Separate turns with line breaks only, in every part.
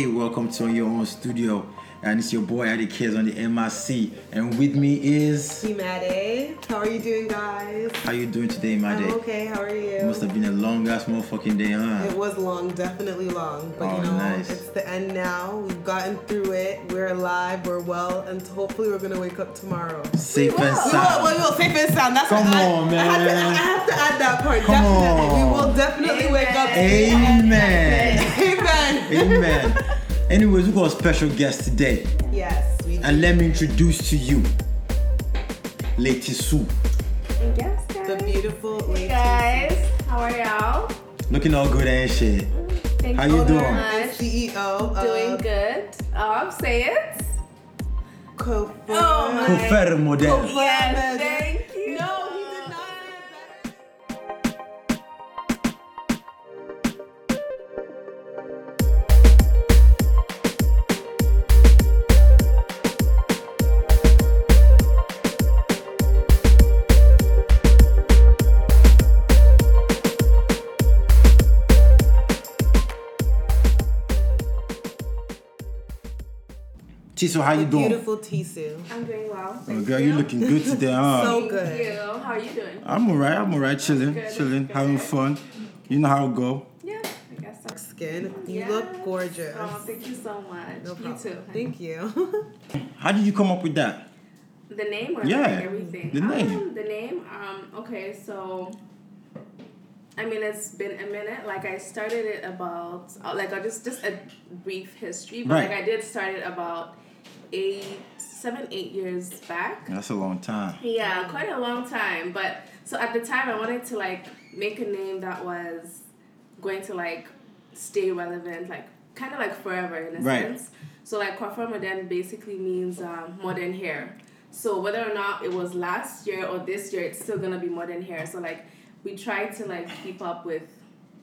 welcome to your own studio. And it's your boy Addy Kids on the MRC. And with me is
Imade. How are you doing, guys?
how you doing today, my
I'm
day?
okay. How are you?
Must have been a long ass motherfucking day, huh?
It was long, definitely long, but
Oh,
you know,
nice.
it's the end now. We've gotten through it. We're alive. We're well, and hopefully, we're gonna wake up tomorrow.
Safe and
We will, we
sound.
will, safe and sound. That's
Come
what I-
on,
I, have to,
man.
I have to add that part.
Come
definitely,
on.
we will definitely wake up.
Amen.
Amen.
Amen. Anyways, we got a special guest today.
Yes, we
And let me introduce to you Lady Sue.
Yes, guys.
the beautiful
Hey
lady.
guys, how are y'all?
Looking all good and shit.
Thank
How you
so
doing?
and
Much.
CEO of
Doing good. Oh, say it.
Kofa.
Oh my-
Confere model.
Confere.
Yes, thank you.
No, he did not say it better.
Tiso, how you doing?
Beautiful Tisu.
I'm doing well.
Oh,
Thank
girl,
you.
you looking good today, huh?
So
Thank
good.
you. How are you doing?
I'm alright. I'm alright. Chilling,
Good,
chilling,
good.
having fun. You know how it go.
Yeah, I guess so.
Skin. You
Yes.
look gorgeous.
Oh, thank you so much.
No
you
problem.
too. honey.
Thank you.
How did you come up with that?
The name or
Yeah,
like everything?
the name.
Um, the name. Um. Okay. So. I mean, it's been a minute. Like I started it about uh, like I just just a brief history, but
Right.
like I did start it about eight, seven, eight years back.
That's a long time.
Yeah,
Um,
quite a long time. But so at the time, I wanted to like make a name that was going to like stay relevant, like kind of like forever in a
Right.
sense. So like coiffure modern basically means um, modern hair. So whether or not it was last year or this year, it's still gonna be modern hair. So like we try to like keep up with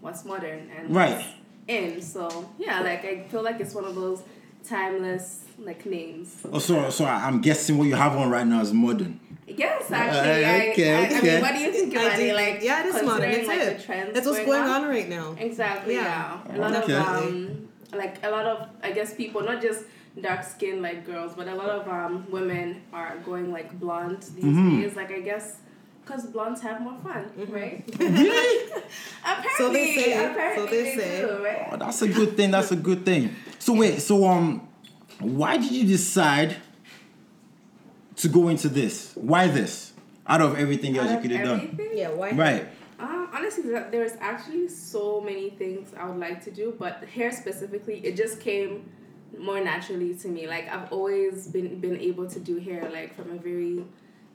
what's modern and
Right.
what's in. So yeah, like I feel like it's one of those timeless like names.
Oh, so, so I- I'm guessing what you have on right now is modern.
Yes, actually.
Uh,
I-
okay,
I, I,
okay.
mean, what do you think
I
about
do-
it? Like,
yeah, it is modern.
considering,
It's
like,
it.
The trends
That's what's going on right now.
Exactly.
Yeah.
Yeah. A lot
Okay.
of um, like a lot of I guess people, not just dark skinned like girls, but a lot of um women are going like blonde these
Mm-hmm.
days. Like I guess. Because blondes have more fun, right? apparently,
Mm-hmm. So they say, so
apparently
they say.
do, right?
Oh, that's a good thing. That's a good thing. So wait, so um, why did you decide to go into this? Why this? Out of everything else
Out
you
of
could have done,
everything,
Yeah, why?
right?
Um, honestly, there- there's actually so many things I would like to do, but hair specifically, it just came more naturally to me. Like I've always been been able to do hair, like from a very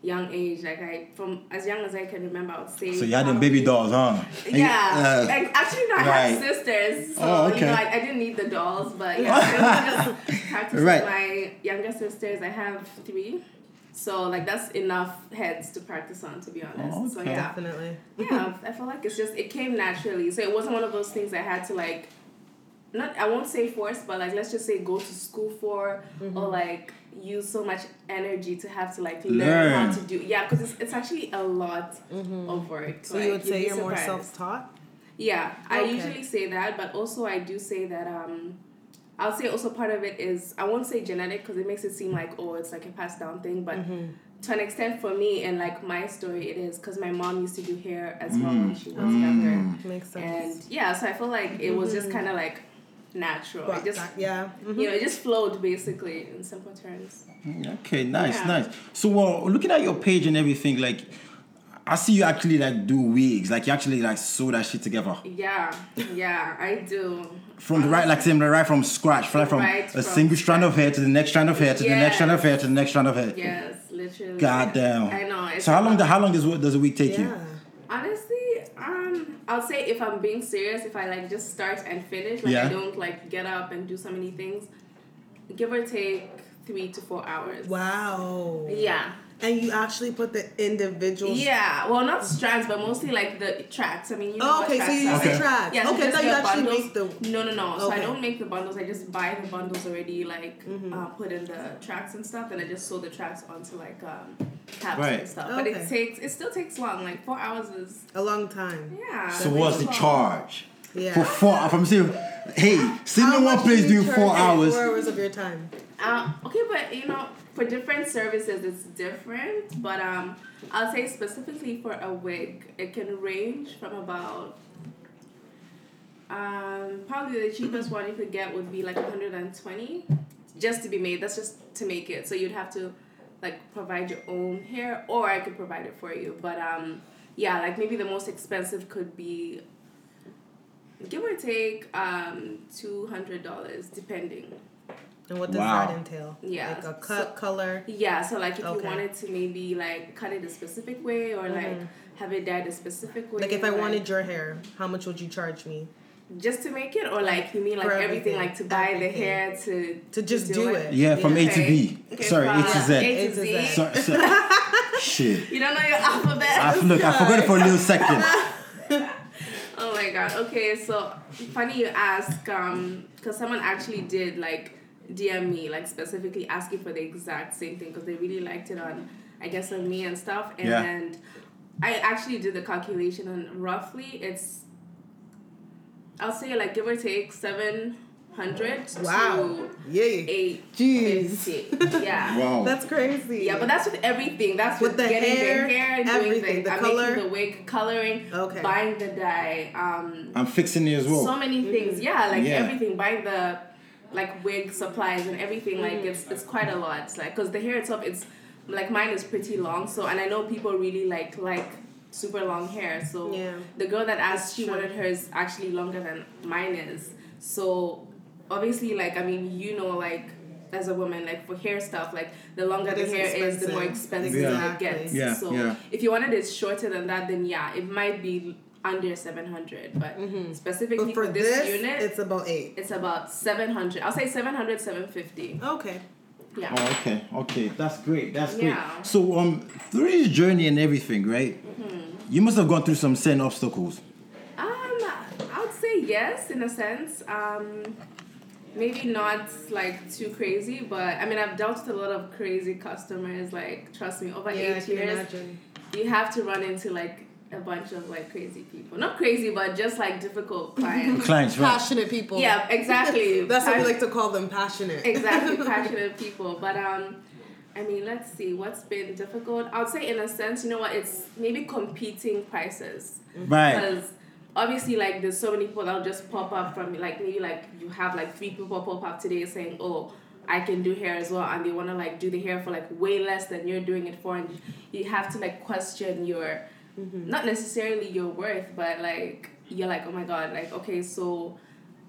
young age. Like I from as young as I can remember, I would say.
So you had them baby dolls, huh? And you-
Yeah,
uh,
like, actually, no, I
right.
had sisters, so
Oh,
you know,
okay.
I, I didn't need the dolls, but yeah, I was just practicing
Right.
my younger sisters. I have three, so like that's enough heads to practice on, to be honest.
Oh,
So
okay.
yeah,
Definitely.
yeah, I feel like it's just it came naturally. So it wasn't one of those things I had to like not I won't say force, but like let's just say go to school for
Mm-hmm.
or like use so much energy to have to like learn,
Learn.
how to do yeah because it's, it's actually a lot of work
Mm-hmm. So you would say you're more
self
self-taught.
yeah, I
Okay.
usually say that, but also I do say that um I'll say also part of it is I won't say genetic because it makes it seem like oh it's like a passed down thing, but to an extent for me and like my story it is because my mom used to do hair as well when
Mm.
she was younger,
Makes sense.
and yeah, so I feel like it was just kind of like natural.
But
It just
that- yeah. Mhm.
you know it just flowed basically in simple terms.
uh, Okay, nice,
Yeah.
nice. So, well, looking at your page and everything, like, I see you actually like do wigs, like you actually like sew that shit together
Yeah, yeah, I do.
from the right, like same right from scratch, from, from
Right
a
from
single strand of hair to the next strand of hair to the next strand of
Yes.
hair to the next strand of hair.
Yes, literally.
God damn.
I know. it's
So how long?
about-
The, how long does does a week take you?
Yeah.
Honestly, um, I'll say if I'm being serious, if I like just start and finish, like
Yeah.
I don't like get up and do so many things, give or take three to four hours.
Wow.
Yeah.
And you actually put the individual.
Yeah. Well, not strands, but mostly like the tracks. I mean, you know.
Oh,
what
okay, so
tracks
you
are.
use
the Okay.
tracks.
Yeah, so
Okay,
just
now you
the
actually
bundles.
make the-
No, no, no. So I
Okay. Mm-hmm.
don't make the bundles. I just buy the bundles already, like uh, put in the tracks and stuff, and I just sew the tracks onto like um caps
Right.
and stuff. But
Okay.
it takes. It still takes long. Like four hours is.
A long time.
Yeah.
So what's the
Long.
charge?
Yeah.
for four. If I'm saying, hey, sitting
How
in one
much
place
do you
doing
charge
four
for
hours.
Four hours of your time.
Um, okay, but you know, for different services, it's different. But um, I'll say specifically for a wig, it can range from about um, probably the cheapest one you could get would be like 120 just to be made. That's just to make it. So you'd have to like provide your own hair, or I could provide it for you. But um, yeah, like maybe the most expensive could be give or take um, $200 depending.
And what does
Wow.
that entail?
Yeah.
Like a cut color.
Yeah, so like if
Okay.
you wanted to maybe like cut it a specific way or like have it dyed a specific way.
Mm-hmm. Like if I
or,
wanted your hair, how much would you charge me
just to make it, or like you mean like
For
everything,
everything,
like to buy
everything.
the hair to
to just do it?
Yeah, from A to
Okay.
B.
Okay,
Sorry, A to
from
Z.
A
A to
to Z.
Z.
So, so, shit.
You don't know your alphabet.
I, look, I forgot it for a little second.
Oh my god. Okay, so funny you ask, um, because someone actually did like DM me, like specifically asking for the exact same thing because they really liked it on, I guess, on me and stuff. And
Yeah.
I actually did the calculation and roughly it's, I'll say like give or take seven hundred
Wow.
to
Yeah.
eight
Jeez.
fifty. Yeah.
Wow.
That's crazy.
Yeah, but that's with everything. That's with,
With the
getting
hair,
the hair, doing
everything, the
I'm
color.
making the wig, coloring,
Okay.
buying the dye, um,
I'm fixing it as well.
so many
Mm-hmm.
things. Yeah, like
Yeah.
everything, buying the like wig supplies and everything.
Mm-hmm.
Like it's it's quite a lot. It's like because the hair itself, it's like mine is pretty long. So and I know people really like like super long hair. So
Yeah.
the girl that asked, she
true.
wanted hers actually longer than mine is. So obviously, like I mean, you know, like. As a woman, like for hair stuff, like the longer
It
the
is
hair is, the more
expensive.
expensive
Yeah.
it gets.
Yeah,
So
yeah.
if you wanted it shorter than that, then yeah, it might be under seven hundred. But specifically
Mm-hmm. But for
for this,
this,
unit,
it's
it's,
about eight.
about 700. I'll say 700, 750.
Okay.
Yeah.
Oh, okay, okay, that's great. That's great.
Yeah.
So, um, through this journey and everything, right?
Mm-hmm.
You must have gone through some certain obstacles.
Um, I would say yes in a sense. Um, maybe not like too crazy, but I mean, I've dealt with a lot of crazy customers. Like, trust me, over
Yeah, I
eight
can
years,
imagine.
you have to run into like a bunch of like crazy people. Not crazy, but just like difficult clients.
Clients, right?
Passionate people.
yeah, exactly.
That's what we
Passion-
like to call them, passionate.
exactly passionate people but um i mean let's see what's been difficult i would say in a sense you know what it's maybe competing prices
Right.
because obviously like there's so many people that'll just pop up from like maybe like you have like three people pop up today saying oh I can do hair as well, and they want to like do the hair for like way less than you're doing it for, and you have to like question your, not necessarily your worth, but like you're like oh my god, like okay, so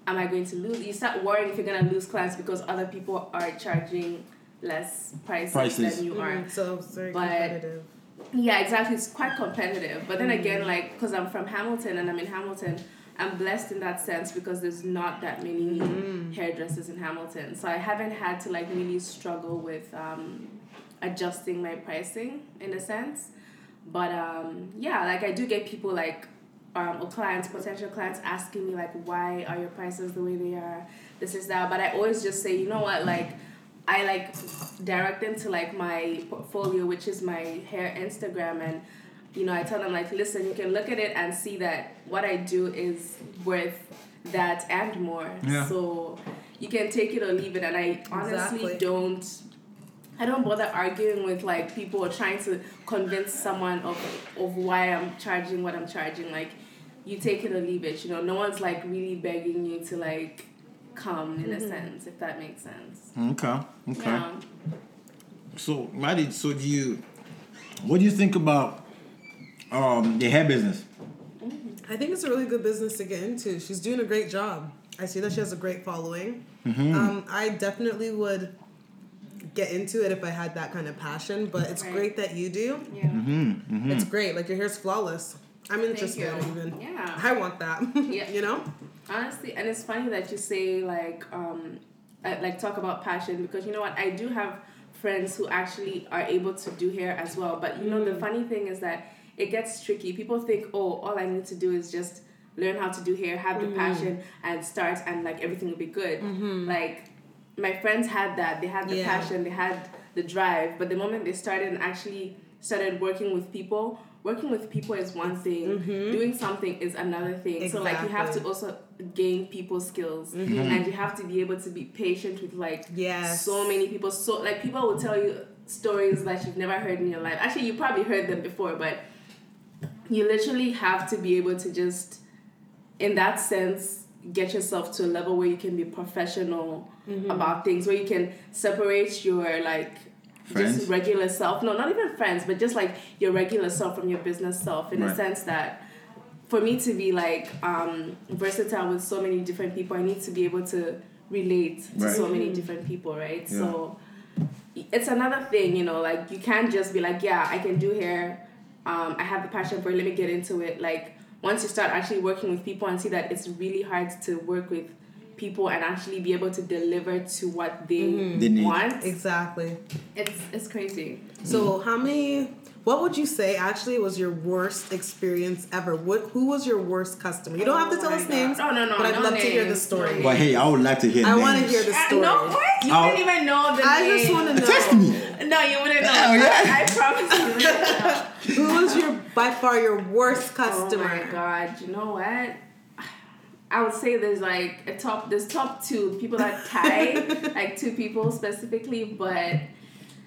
am I going to lose? You start worrying if you're gonna lose clients because other people are charging less prices,
Prices.
than you are.
Mhm. So it's very
But-
competitive.
Yeah, exactly. It's quite competitive. But then again, like, because I'm from Hamilton and I'm in Hamilton, I'm blessed in that sense because there's not that many hairdressers in Hamilton. So I haven't had to, like, really struggle with um, adjusting my pricing in a sense. But um, yeah, like, I do get people, like, um, or clients, potential clients asking me, like, why are your prices the way they are? This is that. But I always just say, you know what, like, I like direct them to like my portfolio, which is my hair Instagram, and you know I tell them like, listen, you can look at it and see that what I do is worth that and more.
Yeah.
So you can take it or leave it, and I honestly
Exactly.
don't. I don't bother arguing with like people or trying to convince someone of of why I'm charging what I'm charging. Like, you take it or leave it. You know, no one's like really begging you to like come in a sense, if that makes sense.
Okay. Okay.
Yeah.
So, Maddie, so do you? What do you think about um the hair business?
I think it's a really good business to get into. She's doing a great job. I see that she has a great following. Um, I definitely would get into it if I had that kind of passion, but it's
Right.
great that you do.
Yeah.
It's great. Like your hair's flawless. I'm interested
you.
even.
Yeah.
I want that.
Yeah.
you know?
Honestly, and it's funny that you say like um I, like talk about passion because you know what I do have friends who actually are able to do hair as well. But you know the funny thing is that it gets tricky. People think, "Oh, all I need to do is just learn how to do hair, have the passion and start and like everything will be good." Like my friends had that. They had the
Yeah.
passion, they had the drive, but the moment they started and actually started working with people working with people is one thing, doing something is another thing. So like you have to
Exactly.
also gain people skills
Mm-hmm.
and you have to be able to be patient with like
Yes.
so many people. So like people will tell you stories that you've never heard in your life. Actually you probably heard them before, but you literally have to be able to just in that sense get yourself to a level where you can be professional about things where you can separate your like
Friends?
just regular self no not even friends but just like your regular self from your business self in the
Right.
sense that for me to be like um, versatile with so many different people i need to be able to relate to
Right.
so many different people right so it's another thing you know like you can't just be like yeah i can do hair um, i have the passion for it let me get into it like once you start actually working with people and see that it's really hard to work with people and actually be able to deliver to what they
Mm-hmm.
They need.
want
Exactly.
it's it's crazy
So how many? What would you say actually was your worst experience ever? What? Who was your worst customer? You don't have to
Oh
tell
my
us
God.
names.
Oh, no, no,
But I'd
no
love to hear the
names,
story.
no
But hey, I would like to hear.
I wanna
names.
hear this.
Uh,
story.
no what you
I'll-
wouldn't even know the
I just
name.
want to know.
Text me.
no you wouldn't know
Hell yeah.
I, I promise you wouldn't know.
Who was your by far your worst customer?
Oh my god, you know what? I would say there's like a top there's top two people that tie, like two people specifically, but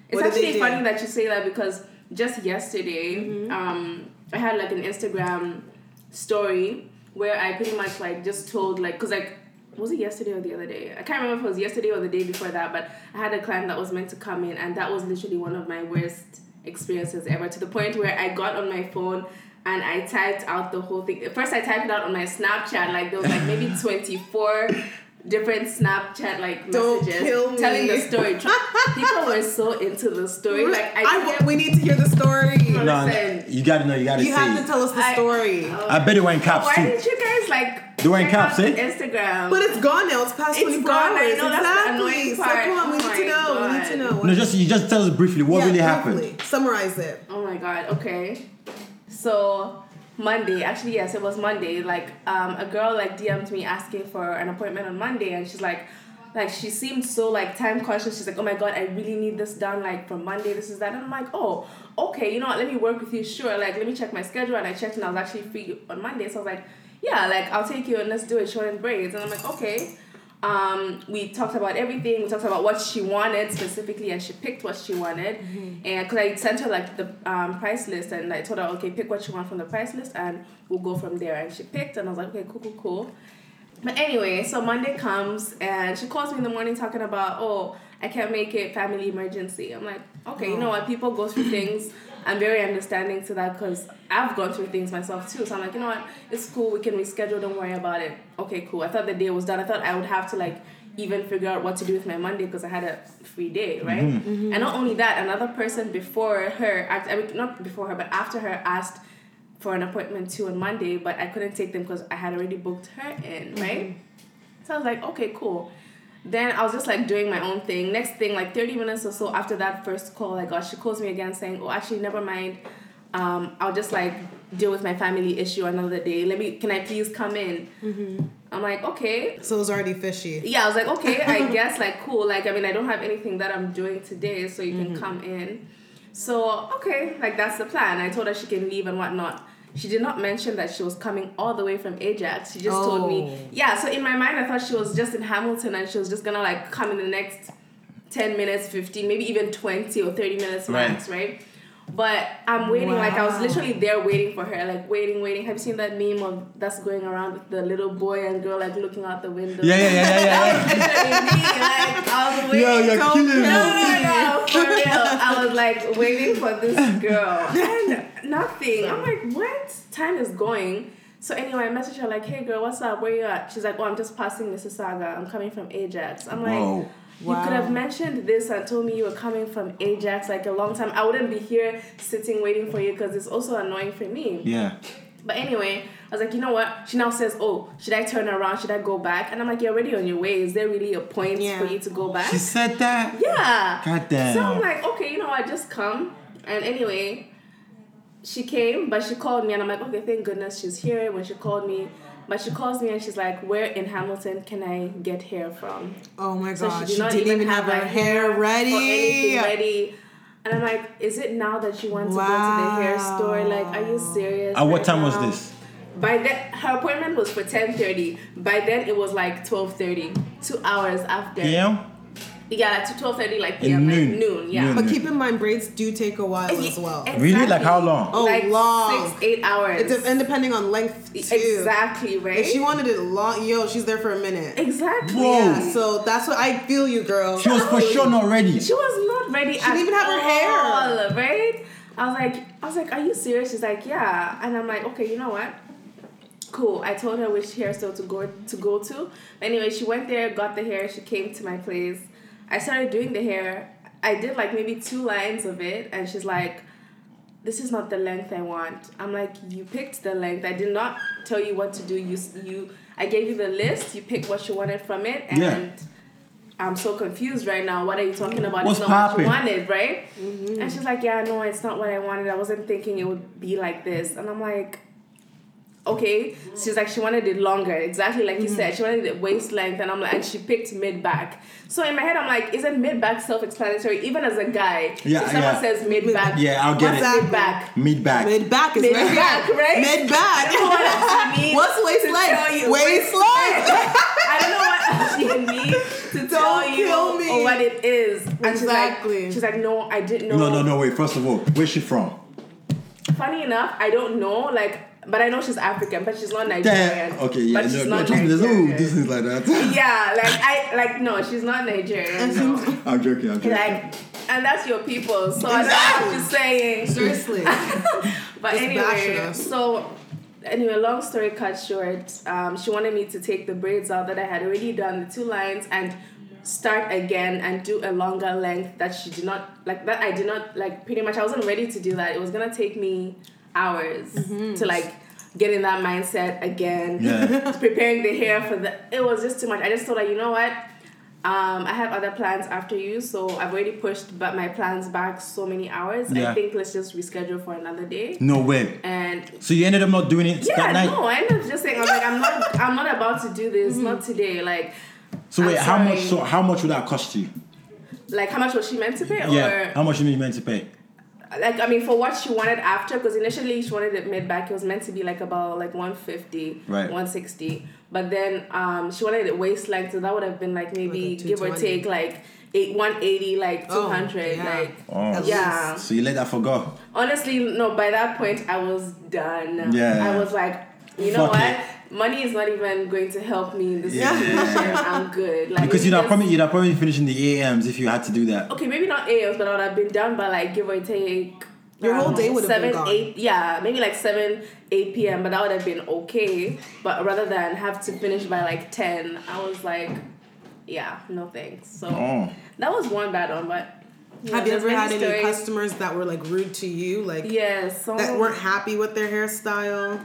it's
What did they
actually
do? Mm-hmm.
funny that you say that because just yesterday, um, I had like an Instagram story where I pretty much like just told like because like was it yesterday or the other day? I can't remember if it was yesterday or the day before that, but I had a client that was meant to come in, and that was literally one of my worst experiences ever to the point where I got on my phone and I typed out the whole thing. At First, I typed it out on my Snapchat, like there was like maybe 24 different Snapchat like
Don't
messages
kill me.
telling the story. People were so into the story. Like, I,
I,
couldn't-
we need to hear the story.
No,
No,
Listen.
you gotta know. You gotta
You have
say.
to tell us the
I- oh.
story.
I bet it went caps
Why
too.
didn't you guys like
They weren't
check out
caps, eh?
Instagram?
But it's gone now. It's past
It's
24
gone, I
hours.
know, that's
exactly.
the annoying
So
part.
come on, we
Oh
need to
my
know. We need to
God.
know.
No, just you just tell us briefly what
Yeah,
really
briefly.
happened.
Summarize it.
Oh my god, okay. So Monday, actually yes, it was Monday. Like um, a girl like DM'd me asking for an appointment on Monday and she's like like she seemed so like time conscious. She's like, Oh my god, I really need this done like from Monday, this is that and I'm like, Oh, okay, you know what, let me work with you, sure. Like let me check my schedule and I checked and I was actually free on Monday, so I was like, Yeah, like I'll take you and let's do it short and braids and I'm like, Okay. Um, we talked about everything. We talked about what she wanted specifically, and she picked what she wanted. And because I sent her like the um, price list, and I told her, okay, pick what you want from the price list, and we'll go from there. And she picked, and I was like, okay, cool, cool, cool. But anyway, so Monday comes, and she calls me in the morning talking about, oh, I can't make it, family emergency. I'm like, okay, you know what? People go through things. I'm very understanding to that because I've gone through things myself too. So I'm like, you know what? It's cool. We can reschedule. Don't worry about it. Okay, cool. I thought the day was done. I thought I would have to like even figure out what to do with my Monday because I had a free day, right? And not only that, another person before her, act- I mean, not before her, but after her asked for an appointment too on Monday, but I couldn't take them because I had already booked her in, right? So I was like, okay, cool. Then I was just like doing my own thing. Next thing, like 30 minutes or so after that first call I got, she calls me again saying, oh, actually, never mind. Um, I'll just like deal with my family issue another day. Let me, can I please come in? I'm like, okay.
So it was already fishy.
Yeah, I was like, okay, I guess, like, cool. Like, I mean, I don't have anything that I'm doing today, so you
Mm-hmm.
can come in. So, okay, like, that's the plan. I told her she can leave and whatnot. She did not mention that she was coming all the way from Ajax. She just told
Oh.
me, yeah. So, in my mind, I thought she was just in Hamilton and she was just gonna, like, come in the next 10 minutes, 15, maybe even 20 or 30 minutes
Right.
max, right? But I'm waiting, like, I was
Wow.
literally there waiting for her, like, waiting, waiting. Have you seen that meme of that's going around with the little boy and girl, like, looking out the window?
Yeah, yeah, yeah, yeah, yeah. Yo,
Yo,
you're killing
no,
me.
no, no, for real. I was like waiting for this girl and nothing. I'm like, what? Time is going. So anyway, I messaged her like, hey girl, what's up? Where you at? She's like, oh, I'm just passing Mississauga. I'm coming from Ajax. I'm like,
Whoa.
you could
Wow.
have mentioned this and told me you were coming from Ajax like a long time. I wouldn't be here sitting waiting for you because it's also annoying for me.
Yeah.
But anyway, I was like, you know what? She now says, oh, should I turn around? Should I go back? And I'm like, you're already on your way. Is there really a point
Yeah.
for you to go back?
She said that.
yeah.
God damn.
So I'm like, okay, you know what? Just come. And anyway, she came, but she called me, and I'm like, okay, thank goodness she's here. When she called me, but she calls me and she's like, where in Hamilton can I get hair from?
Oh my
So
god,
she did
she,
not
didn't
even
even have her
like,
hair
or anything
ready.
ready. And I'm like, is it now that you want to go to the hair store? Like, are you serious?
At what
right
time was
now?
this?
By then, her appointment was for ten thirty. By then, it was like twelve thirty. Two hours after.
PM?
Yeah, like to twelve thirty, like
In
PM,
noon.
like noon. Yeah.
Noon.
But keep in mind, braids do take a while as well.
Exactly.
Really? Like how long?
Oh,
like
long.
Six, eight hours.
It de- and depending on length too.
exactly right.
If she wanted it long, yo, she's there for a minute.
exactly.
Whoa.
Yeah, so that's what I feel you, girl.
She was for sure not ready.
She was not ready. She
didn't even have her hair.
right? I was like, I was like, are you serious? She's like, yeah. And I'm like, okay, you know what? Cool. I told her which hairstyle to go to go to. Anyway, she went there, got the hair. She came to my place. I started doing the hair. I did like maybe two lines of it, and she's like, this is not the length I want. I'm like, you picked the length. I did not tell you what to do. You s- you. I gave you the list. You picked what you wanted from it, and.
Yeah.
I'm so confused right now. What are you talking about?
What's
it's not what
poppin'?
you wanted, right?
Mm-hmm.
And she's like, Yeah, no, it's not what I wanted. I wasn't thinking it would be like this. And I'm like, Okay. She's like, She wanted it longer, exactly like
Mm-hmm.
you said. She wanted it waist length. And I'm like, And she picked mid back. So in my head, I'm like, Isn't mid back self explanatory? Even as a guy,
Yeah,
if someone
yeah.
says mid back,
Yeah, I'll get
what's
it.
mid back?
Mid back.
Mid back is
Mid
right.
back, right?
Mid back. What's waist length? Waist length.
I don't know what she means to tell you
kill me.
or what it is. And
Exactly.
She's like, she's like, no, I didn't know.
No, no, no, wait. First of all, where's she from?
Funny enough, I don't know. Like, but I know she's African, but she's not Nigerian.
Damn. Okay, yeah.
But
no,
she's
no,
not
trust me, there's
Nigerian.
no Disney's like that.
Yeah, like I like no, she's not Nigerian. no.
I'm joking, I'm joking.
Like, and that's your people. So I that's
Exactly.
what I'm just saying.
Seriously.
But
Just bashing
anyway,
us.
so anyway, long story cut short, um, she wanted me to take the braids out that I had already done the two lines and start again and do a longer length that she did not like that I did not like pretty much I wasn't ready to do that. It was gonna take me hours
Mm-hmm.
to like get in that mindset again.
Yeah.
preparing the hair for the it was just too much. I just thought like you know what? Um, I have other plans after you, so I've already pushed but my plans back so many hours.
Yeah.
I think let's just reschedule for another day.
No way.
And
So you ended up not doing it
yeah,
that night?
no, I'm not just saying. I'm like, I'm not, I'm not about to do this. Not
Mm-hmm.
today. Like,
So
I'm
wait, how much so
sorry.
how much would that cost you?
like how much was she meant to pay?
Yeah. How
Or
much were you meant to pay?
like, I mean, for what she wanted after, because initially she wanted it mid back. It was meant to be like about like 150,
Right.
160. But then um, she wanted it waist length, so that would have been like maybe
Like a
give or
220.
take like eight, 180, like 200,
Oh, yeah.
like.
Oh.
At
Yeah.
least.
So you let that for go.
Honestly, no, by that point I was done.
Yeah.
I was like, you know
Fuck
what?
it.
Money is not even going to help me in this
Yeah.
situation. I'm good. Like
Because you'd
it's
have probably you'd have probably finished in the AMs if you had to do that.
okay, maybe not AOs, but I would have been done by like give or take.
Your
um,
whole day would have
seven,
been gone.
eight, yeah, maybe like seven, eight p.m. But that would have been okay. But rather than have to finish by like ten, I was like, yeah, no thanks. So
Oh.
that was one bad one. But you know,
Have you
there's
ever
many
had any
stories.
customers that were like rude to you, like
Yes, so
that weren't happy with their hairstyle?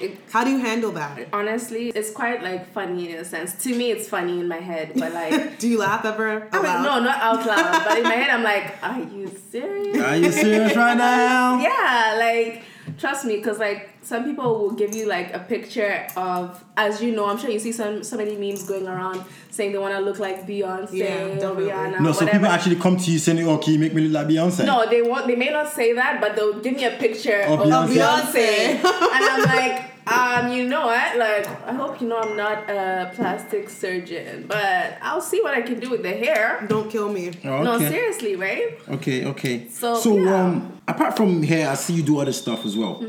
It-
How do you handle that?
honestly, it's quite like funny in a sense. To me, it's funny in my head, but like.
do you laugh ever?
I'm like,
aloud?
no, not out loud, but in my head, I'm like, are you serious?
Are you serious right now?
Yeah, like, trust me, because like some people will give you like a picture of, as you know, I'm sure you see some so many memes going around saying they want to look like Beyonce
Yeah,
or
definitely.
Rihanna.
No,
or
so
whatever.
people actually come to you saying, "Oh, can you make me look like Beyonce?"
No, they won't. They may not say that, but they'll give me a picture
Of
of,
Beyonce.
Beyonce.
Beyonce, and I'm like, um, you know what? Like, I hope you know I'm not a plastic surgeon, but I'll see what I can do with the hair.
Don't kill me.
Oh,
No,
okay.
seriously, right?
Okay, okay.
So,
so
yeah.
um, apart from hair, I see you do other stuff as well.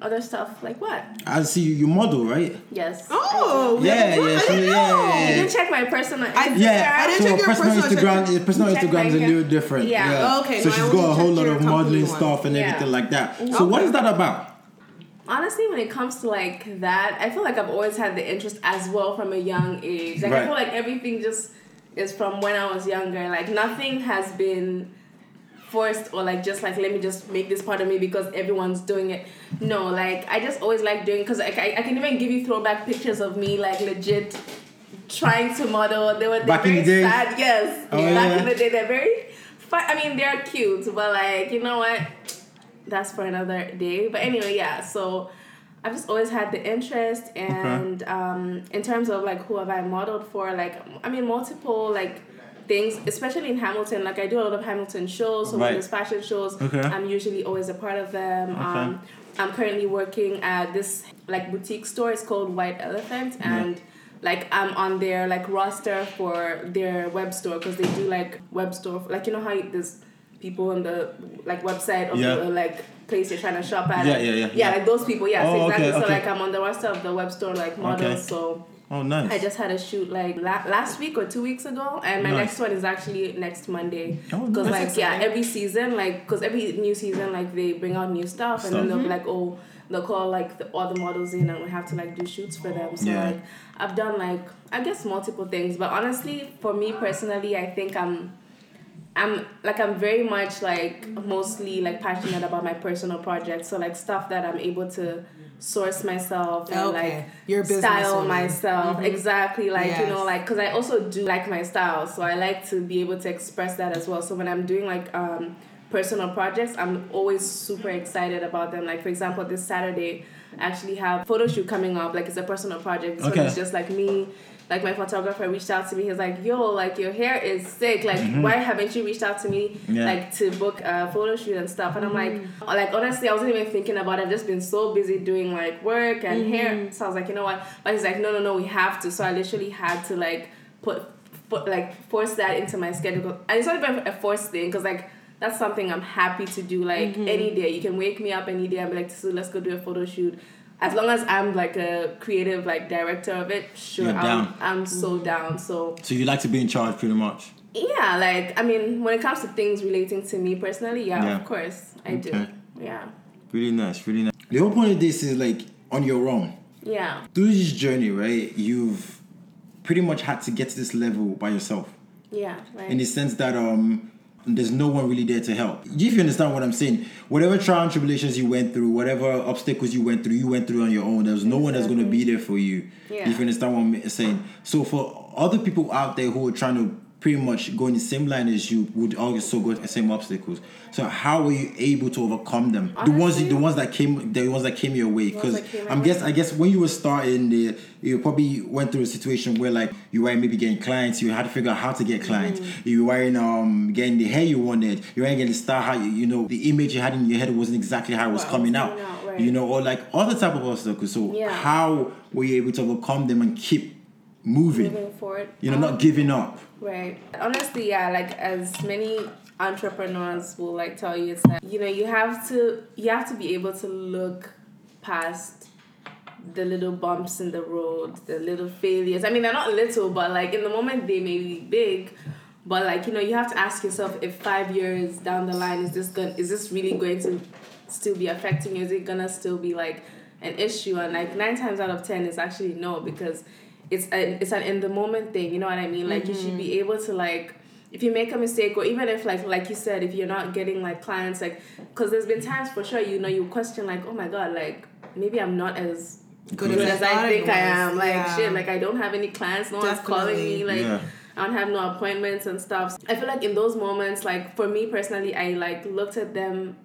Other stuff like what?
I see you, you model, right?
Yes.
Oh, we
Yeah,
haven't-
yeah,
I
so
didn't
yeah,
know.
yeah,
You didn't check my personal.
I-
Instagram?
Yeah.
I didn't
so
check your
personal,
personal
Instagram,
check-
yeah, personal
Check
Instagram is a
my-
little different.
Yeah.
Yeah.
Okay,
So
no, I
she's
only
got a whole
checked
lot
your
of
company
modeling
one.
stuff and
Yeah.
everything like that. So what is that about?
honestly when it comes to like that i feel like i've always had the interest as well from a young age like
Right.
i feel like everything just is from when i was younger like nothing has been forced or like just like let me just make this part of me because everyone's doing it no like i just always like doing because like, I, I can even give you throwback pictures of me like legit trying to model they were they're
Back in
very
the day?
sad yes
Oh,
back
yeah.
in the day they're very fun i mean they're cute but like you know what that's for another day. But anyway, yeah. So I've just always had the interest,
Uh-huh.
and um, in terms of like who have I modeled for? Like I mean, multiple like things, especially in Hamilton. Like I do a lot of Hamilton shows, so
Right.
when there's fashion shows,
Okay.
I'm usually always a part of them. Um, I'm currently working at this like boutique store. It's called White Elephant, and like I'm on their like roster for their web store because they do like web store. Like you know how there's people on the like website of
Yeah.
the like place you're trying to shop at.
Yeah,
like-
yeah, yeah,
Yeah,
yeah.
like those people. Yeah,
Oh,
so exactly.
okay,
So
okay.
like I'm on the roster of the web store like models.
Okay.
So.
Oh, nice.
I just had a shoot like la- last week or two weeks ago, and my
Nice.
next one is actually next Monday.
Oh,
Because
nice.
like
That's
yeah,
exciting.
every season like because every new season like they bring out new stuff, and
Stuff.
then they'll
Mm-hmm.
be like oh they'll call like the, all the models in, and we have to like do shoots for them. So
Yeah.
like I've done like I guess multiple things, but honestly for me personally, I think I'm. I'm like I'm very much like mostly like passionate about my personal projects. So like stuff that I'm able to source myself and
Okay.
like
You're a
style
businesswoman.
myself
Mm-hmm.
exactly like you know
Yes.
like because I also do like my style, so I like to be able to express that as well. So when I'm doing like um, personal projects, I'm always super excited about them. Like for example, this Saturday, I actually have photo shoot coming up. Like it's a personal project. So
Okay.
it's just like me. Like my photographer reached out to me. He's like, "Yo, like your hair is sick. Like why haven't you reached out to me
Mm-hmm. Yeah.
like to book a photo shoot and stuff?" And I'm like, like honestly, I wasn't even thinking about it. I've just been so busy doing like work and hair. So I was like, you know what? But he's like, no, no, no, we have to. So I literally had to like put, fo- like force that into my schedule. And it's not even a forced thing because like that's something I'm happy to do. Like any day, you can wake me up any day and be like, so let's go do a photo shoot. As long as I'm like a creative like director of it, sure,
You're
I'm,
down.
I'm so down. So
So you like to be in charge, pretty much.
yeah, like I mean, when it comes to things relating to me personally, yeah,
Yeah.
of course I do.
Okay.
Yeah,
Really nice, really nice. The whole point of this is like on your own.
yeah,
Through this journey, right, you've pretty much had to get to this level by yourself.
yeah. Like,
in the sense that um there's no one really there to help. If you understand what I'm saying, whatever trial and tribulations you went through, whatever obstacles you went through, you went through on your own. There was no one that's going to be there for you.
Yeah.
If you understand what I'm saying. So for other people out there who are trying to pretty much go in the same line as you, would also go through the same obstacles. So how were you able to overcome them? the ones,
Honestly-
the ones that came, the ones that came your way. Because
that came my
I'm
way.
guess, I guess when you were starting, the, you probably went through a situation where like you were maybe getting clients, you had to figure out how to
Mm-hmm.
get clients. You were wearing um getting the hair you wanted, you weren't getting the style how you, you know the image you had in your head wasn't exactly how it was
What was
coming out.
coming out, right.
You know, or like other type of obstacles. So
Yeah.
how were you able to overcome them and keep moving?
moving forward.
You know,
Um,
not giving up.
Right. Honestly, yeah, like as many entrepreneurs will like tell you it's that you know, you have to you have to be able to look past the little bumps in the road, the little failures. I mean they're not little, but like in the moment they may be big. But like, you know, you have to ask yourself if five years down the line is this going is this really going to still be affecting you? Is it gonna still be like an issue? And like nine times out of ten is actually no because it's a, it's an in the moment thing. You know what I mean? Like you should be able to like if you make a mistake or even if like like you said if you're not getting like clients like because there's been times for sure you know you question like oh my god like maybe I'm not as
Good
good
as I
as I
thought
think
it
I am
was.
like
Oh. Yeah.
shit like I don't have any clients no one's calling me
Definitely.
Yeah.
like I don't have no appointments and stuff. I feel like in those moments, like for me personally, I like looked at them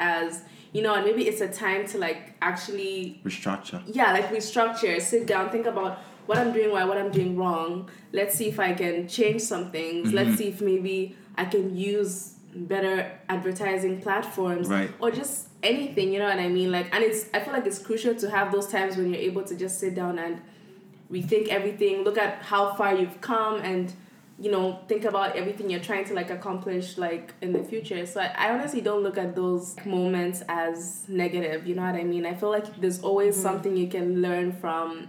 as you know, and maybe it's a time to like actually
Restructure.
yeah, like restructure, sit down, think about what I'm doing right, what I'm doing wrong. Let's see if I can change some things. Let's see if maybe I can use better advertising platforms
Right.
or just anything, you know what I mean? Like and it's I feel like it's crucial to have those times when you're able to just sit down and rethink everything, look at how far you've come and you know, think about everything you're trying to like accomplish like in the future. So I, I honestly don't look at those moments as negative, you know what I mean? I feel like there's always something you can learn from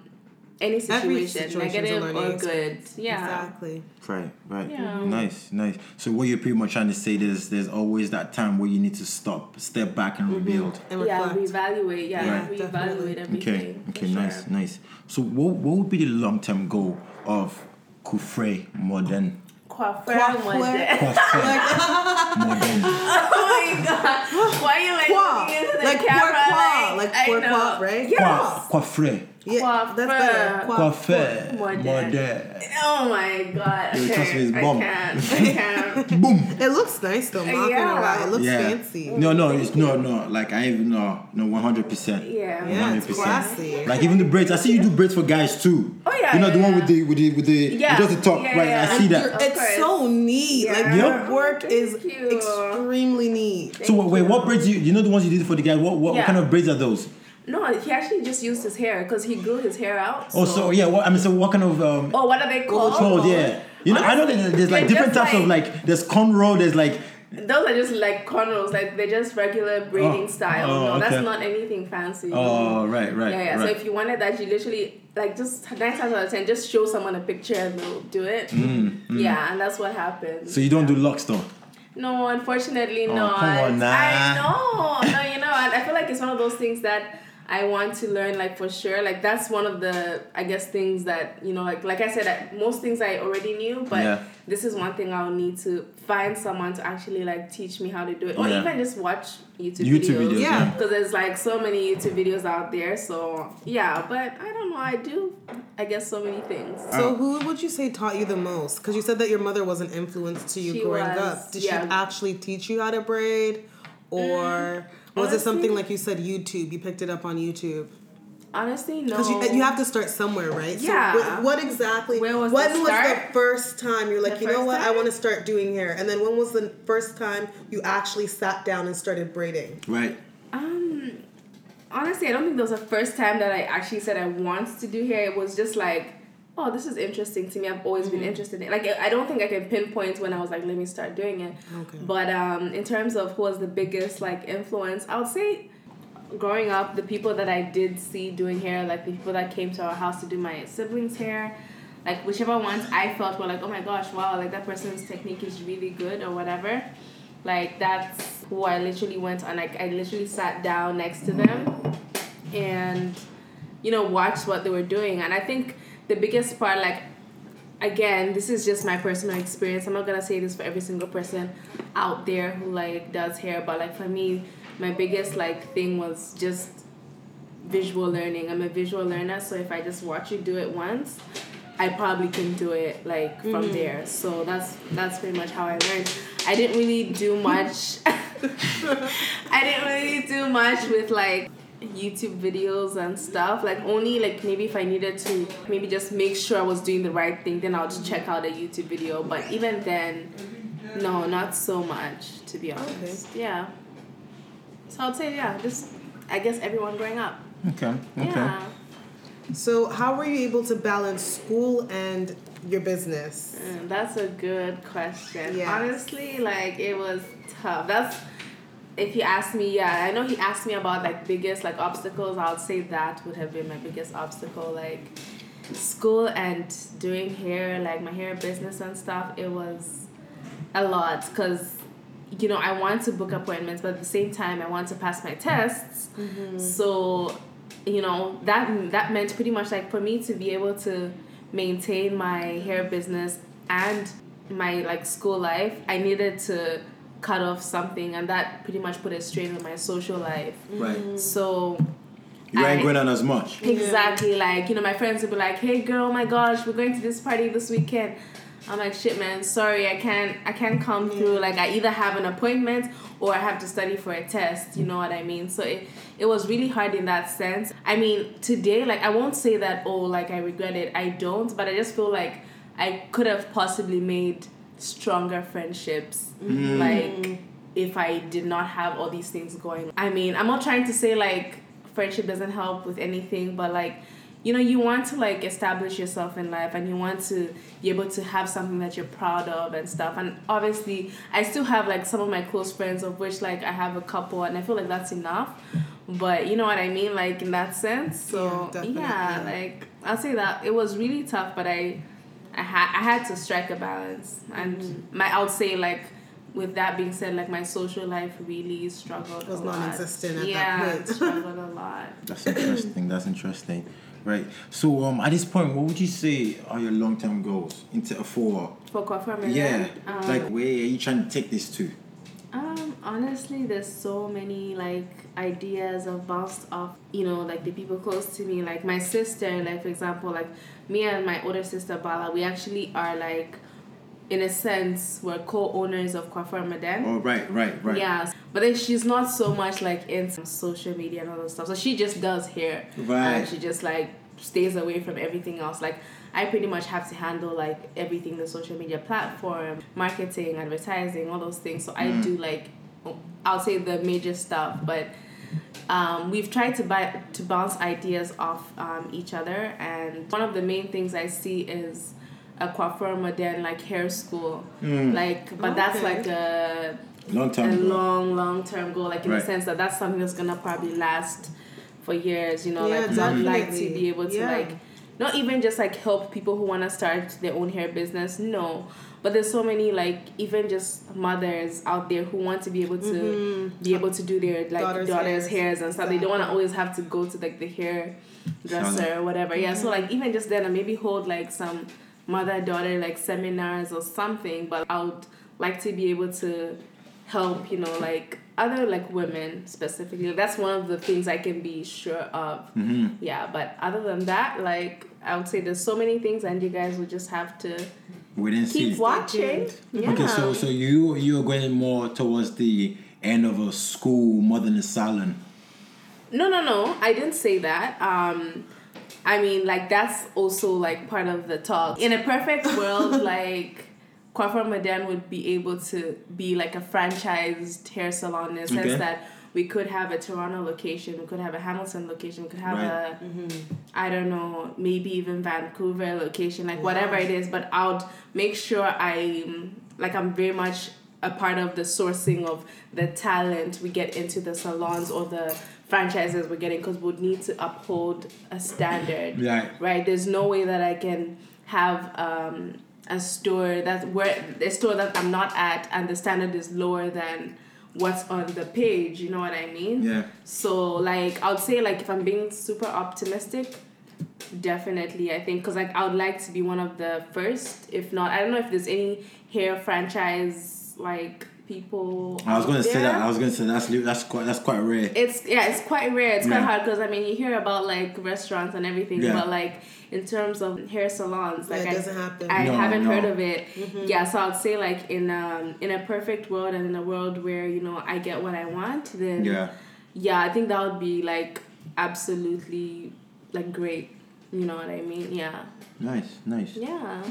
any
Mm-hmm. Every
situation,
situation's a
negative
learning
or good. Yeah.
Exactly.
Right, right.
Yeah.
Nice, nice. So what you're pretty much trying to say is there's always that time where you need to stop, step back
Mm-hmm.
and rebuild.
And
Yeah,
reflect.
reevaluate. Yeah,
Right.
reevaluate
Definitely.
everything.
Okay,
for
okay,
sure.
nice, nice. So what what would be the long term goal of Kufre Modern?
Coiffure one
Coiffure.
day.
Kufre Modern.
Oh my god! Why are you like
Qua.
looking into the
Like
camera?
qua, qua. Like
I
qua,
know.
qua, right?
Yes.
Kufre.
Yeah,
Coiffeur.
that's better.
Coiffeur.
Modern.
Modern.
Oh my god.
Yo, trust me, it's
I
bomb.
can't. I can't.
Boom.
It looks nice though. I'm not gonna lie.
Yeah.
It looks
yeah.
fancy.
No, no, it's no, no. Like I even no, no, one hundred percent.
Yeah.
Yeah, it's
100%.
classy.
Like even the braids, I see you do braids for guys too.
Oh, yeah,
you know the
yeah,
one
yeah.
with the with the with the
Yeah,
with just the top
yeah,
right.
yeah.
I see
And
that.
you're- Of
It's
course.
so neat. Like
Yeah.
Yep.
your work
Thank
is
you.
extremely neat.
so
Thank
wait, wait,
you.
what braids you? You know the ones you did for the guy. What what,
Yeah.
kind of braids are those?
No, he actually just used his hair because he grew his hair out.
Oh, so yeah. What, I mean, so what kind of um?
Oh, what are they called?
it's called, yeah. You know, I know that there's like
they're
different
just
types of like there's cornrow, there's like
Those are just like cornrows, like they're just regular braiding
Oh.
style.
Oh,
no,
okay.
that's not anything fancy.
oh right right
yeah, yeah.
right.
So if you wanted that, you literally like just nine times out of ten, just show someone a picture and they'll do it. Yeah, and that's what happened.
Mm, So you don't do locks though.
No, unfortunately
Oh,
not.
come on now.
I know. No, you know, and I feel like it's one of those things that I want to learn, like for sure. Like that's one of the, I guess, things that you know, like like I said, I- most things I already knew, but
Yeah.
this is one thing I'll need to find someone to actually like teach me how to do it, or
Yeah.
even just watch YouTube,
YouTube
videos.
videos,
Yeah. yeah.
Because there's like so many YouTube videos out there, so yeah. But I don't know. I do, I guess, so many things.
Uh,
So who would you say taught you the most? Because you said that your mother was an influence to you
She
growing
was,
up. Did
yeah. Mm,
she actually teach you how to braid, or was it something
honestly-
like you said YouTube? You picked it up on YouTube
Honestly, no.
because you, you have to start somewhere, right?
Yeah.
So wh- what exactly?
Where was
when
the
was the
start?
first time you're like,
The
you know
first
what, I
time?
want to start doing hair? And then when was the first time you actually sat down and started braiding?
Right.
Um, honestly, I don't think that was the first time that I actually said I want to do hair. It was just like, oh, this is interesting to me. I've always been interested in. Like, I I don't think I can pinpoint when I was like, let me start doing it.
Okay.
But um, in terms of who was the biggest like influence, I would say. Growing up, the people that I did see doing hair, like the people that came to our house to do my siblings' hair, like whichever ones I felt were like, oh my gosh, wow, like that person's technique is really good or whatever. Like that's who I literally went on. Like I literally sat down next to them and you know watched what they were doing. And I think the biggest part, like again, this is just my personal experience. I'm not gonna say this for every single person out there who like does hair, but like for me, my biggest like thing was just visual learning. I'm a visual learner, so if I just watch you do it once, I probably can do it like from there. So that's that's pretty much how I learned. I didn't really do much. I didn't really do much with like YouTube videos and stuff. Like only like maybe if I needed to maybe just make sure I was doing the right thing, then I'll just check out a YouTube video. But even then, no, not so much to be honest. Yeah. So I'd say yeah, just I guess everyone growing up.
Okay. Okay.
Yeah.
So how were you able to balance school and your business?
Mm, That's a good question.
Yeah.
Honestly, like it was tough. That's if you ask me, yeah, I know he asked me about like biggest like obstacles. I would say that would have been my biggest obstacle, like school and doing hair, like my hair business and stuff. It was a lot because you know I want to book appointments, but at the same time I want to pass my tests. So you know that that meant pretty much like for me to be able to maintain my hair business and my like school life i needed to cut off something and that pretty much put a strain on my social life
Right.
so
You ain't
I-
going out as much.
Exactly. Like, you know, my friends would be like, hey girl, oh my gosh, we're going to this party this weekend. I'm like, shit man, sorry, I can't I can't come through. Like I either have an appointment or I have to study for a test, you know what I mean? So it it was really hard in that sense. I mean, today, like I won't say that, oh, like I regret it. I don't, but I just feel like I could have possibly made stronger friendships. Like if I did not have all these things going. I mean, I'm not trying to say like friendship doesn't help with anything, but like, you know, you want to like establish yourself in life and you want to be able to have something that you're proud of and stuff. And obviously, I still have like some of my close friends, of which like I have a couple, and I feel like that's enough. But you know what I mean, like in that sense. So
Yeah, definitely.
yeah, like I'll say that it was really tough, but I I had I had to strike a balance, and
Mm-hmm.
my I would say like with that being said, like my social life really struggled.
Was
a lot.
non-existent at that
yeah,
point.
it struggled a lot.
That's interesting. That's interesting. Right. So um, at this point, what would you say are your long term goals into for
For Kwafama,
yeah,
Um,
like where are you trying to take this to?
um, honestly there's so many like ideas i've bounced off you know like the people close to me like my sister like for example like me and my older sister bala we actually are like in a sense we're co-owners of Kwafar Maden.
Oh, right, right, right.
Yeah, but then she's not so much like into social media and all that stuff. So she just does hair,
Right.
And she just like stays away from everything else. Like I pretty much have to handle like everything the social media platform, marketing, advertising, all those things. So
Mm.
I do like I'll say the major stuff, but um, we've tried to buy to bounce ideas off um, each other, and one of the main things I see is a coiffeur modern like hair school,
Mm.
like but that's
Okay.
like a
Long
a
time ago.
long long term goal, like in
Right.
the sense that that's something that's gonna probably last for years. You know,
Yeah,
like I'd like to
definitely.
be able to
Yeah.
like not even just like help people who want to start their own hair business. No. But there's so many like even just mothers out there who want to be able to be able to do their like
Mm-hmm. Daughters' hairs.
daughters', hairs. and stuff. They don't want to always have to go to like the hair dresser or whatever. Yeah. So like even just then, and maybe hold like some mother daughter like seminars or something. But I would like to be able to help you know like other like women specifically. That's one of the things I can be sure of. Yeah. But other than that, like I would say there's so many things, and you guys would just have to
We didn't see.
keep watching. Yeah.
Okay, so so you you are going more towards the end of a school more than a salon.
No, no, no. I didn't say that. Um, I mean, like that's also like part of the talk. In a perfect world, like Coiffure Modern would be able to be like a franchised hair salon in the sense
Okay.
that we could have a Toronto location, we could have a Hamilton location, we could have
Right.
a I don't know, maybe even Vancouver location, like whatever it is. But I would make sure I'm like I'm very much a part of the sourcing of the talent we get into the salons or the franchises we're getting because we'd need to uphold a standard
Right.
right? There's no way that I can have um, a store that's where a store that I'm not at and the standard is lower than what's on the page. You know what I mean?
Yeah.
So like I would say like if I'm being super optimistic, definitely I think because like I would like to be one of the first, if not I don't know if there's any hair franchise like people.
I was going
out
to say that.
there
I was going to say that's li- that's quite that's quite rare.
it's yeah, it's quite rare. It's quite
Yeah.
hard because I mean you hear about like restaurants and everything,
Yeah.
but like in terms of hair salons,
Yeah,
like
it
I,
doesn't happen. Mm-hmm.
I
No,
haven't
no.
heard of it. Yeah, so I'd say like in um in a perfect world and in a world where you know I get what I want, then
Yeah.
yeah, I think that would be like absolutely like great. You know what I mean? Yeah,
Nice, nice.
yeah.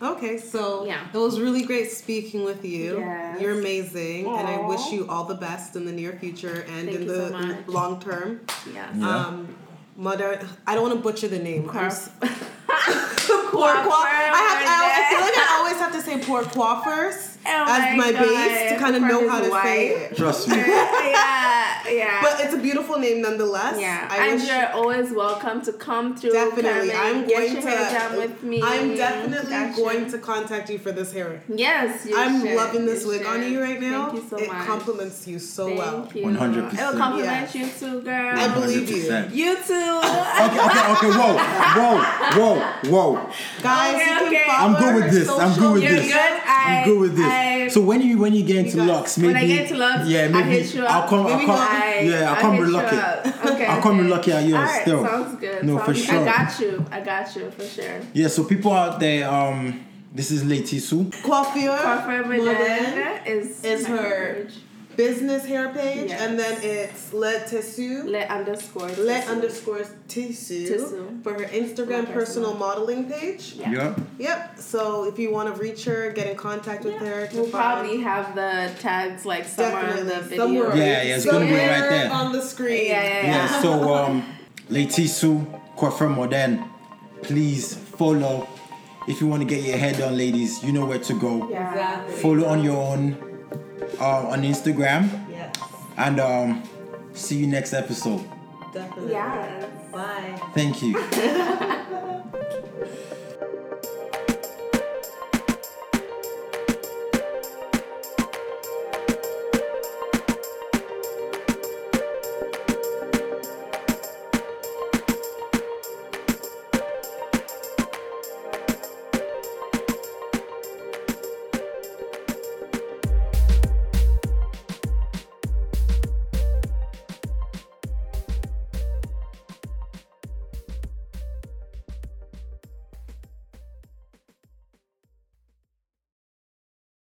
Okay, so
Yeah.
it was really great speaking with you.
Yes.
You're amazing, and I
Aw.
wish you all the best in the near future and
Thank
in
you
the
so much.
long term.
Yes.
Yeah.
Um, mother, I don't want to butcher the name. I'm s- Poor
Coiffure
coif- I, have, I, I feel
Modern.
like I always have to say poor coiffers
Oh
as my
my
base to
God.
kind of know
Coiffure
how
is
to say
white.
it.
Trust me.
yeah, yeah.
But it's a beautiful name nonetheless.
Yeah,
I
and
wish
you're always welcome to come through.
definitely.
Come and
I'm
get
going
your
to.
hair done with me.
I'm definitely
Gotcha.
going to contact you for this hair.
Yes, you
I'm
should,
loving this
you
wig on
should.
you right now.
Thank you so
it
much.
compliments you so
Thank
well.
you.
100%.
It will compliment
Yes.
you too, girl.
I believe you.
100%.
you too.
Okay, okay, okay. Whoa, whoa, whoa, whoa.
Guys,
Okay,
you can
okay.
follow
I'm good with
her
this. I'm
social
good with
You're
this.
good. I,
I'm good with this.
I,
so when you when you get into
guys-
locks, maybe
when I get to love,
yeah, maybe
I hit you up.
will come. I'll
Maybe
come.
we'll-
I-
yeah, I'll
I
come
hit you
lucky.
up. Okay,
I'll come
okay.
lucky at yours
All right,
still.
Sounds good.
No,
sounds
for
I
sure.
got you. I got you for sure.
Yeah. So people out there, um, this is Letisu.
Coiffure
Coiffure
Modern
Modern is
is
my
her-
page.
business hair page,
Yes.
and then it's Le Tissu.
let underscore
Let
Tissu.
underscore Tissu
Tissu.
for her Instagram
For her
personal
personal.
modeling page.
Yeah.
Yep. So if you want to reach her, get in contact with her. To
We'll
find-
probably have the tags like somewhere
definitely
on the video.
somewhere.
Yeah, yeah, it's gonna be right
somewhere
there.
on the screen.
Yeah, yeah,
Yeah. so um, Letisu Coiffure Modern, please follow. If you want to get your hair done, ladies, you know where to go.
Yeah.
Exactly.
Follow on your own, uh, on Instagram,
Yes,
and um, see you next episode.
definitely.
Yes.
Bye.
Thank you.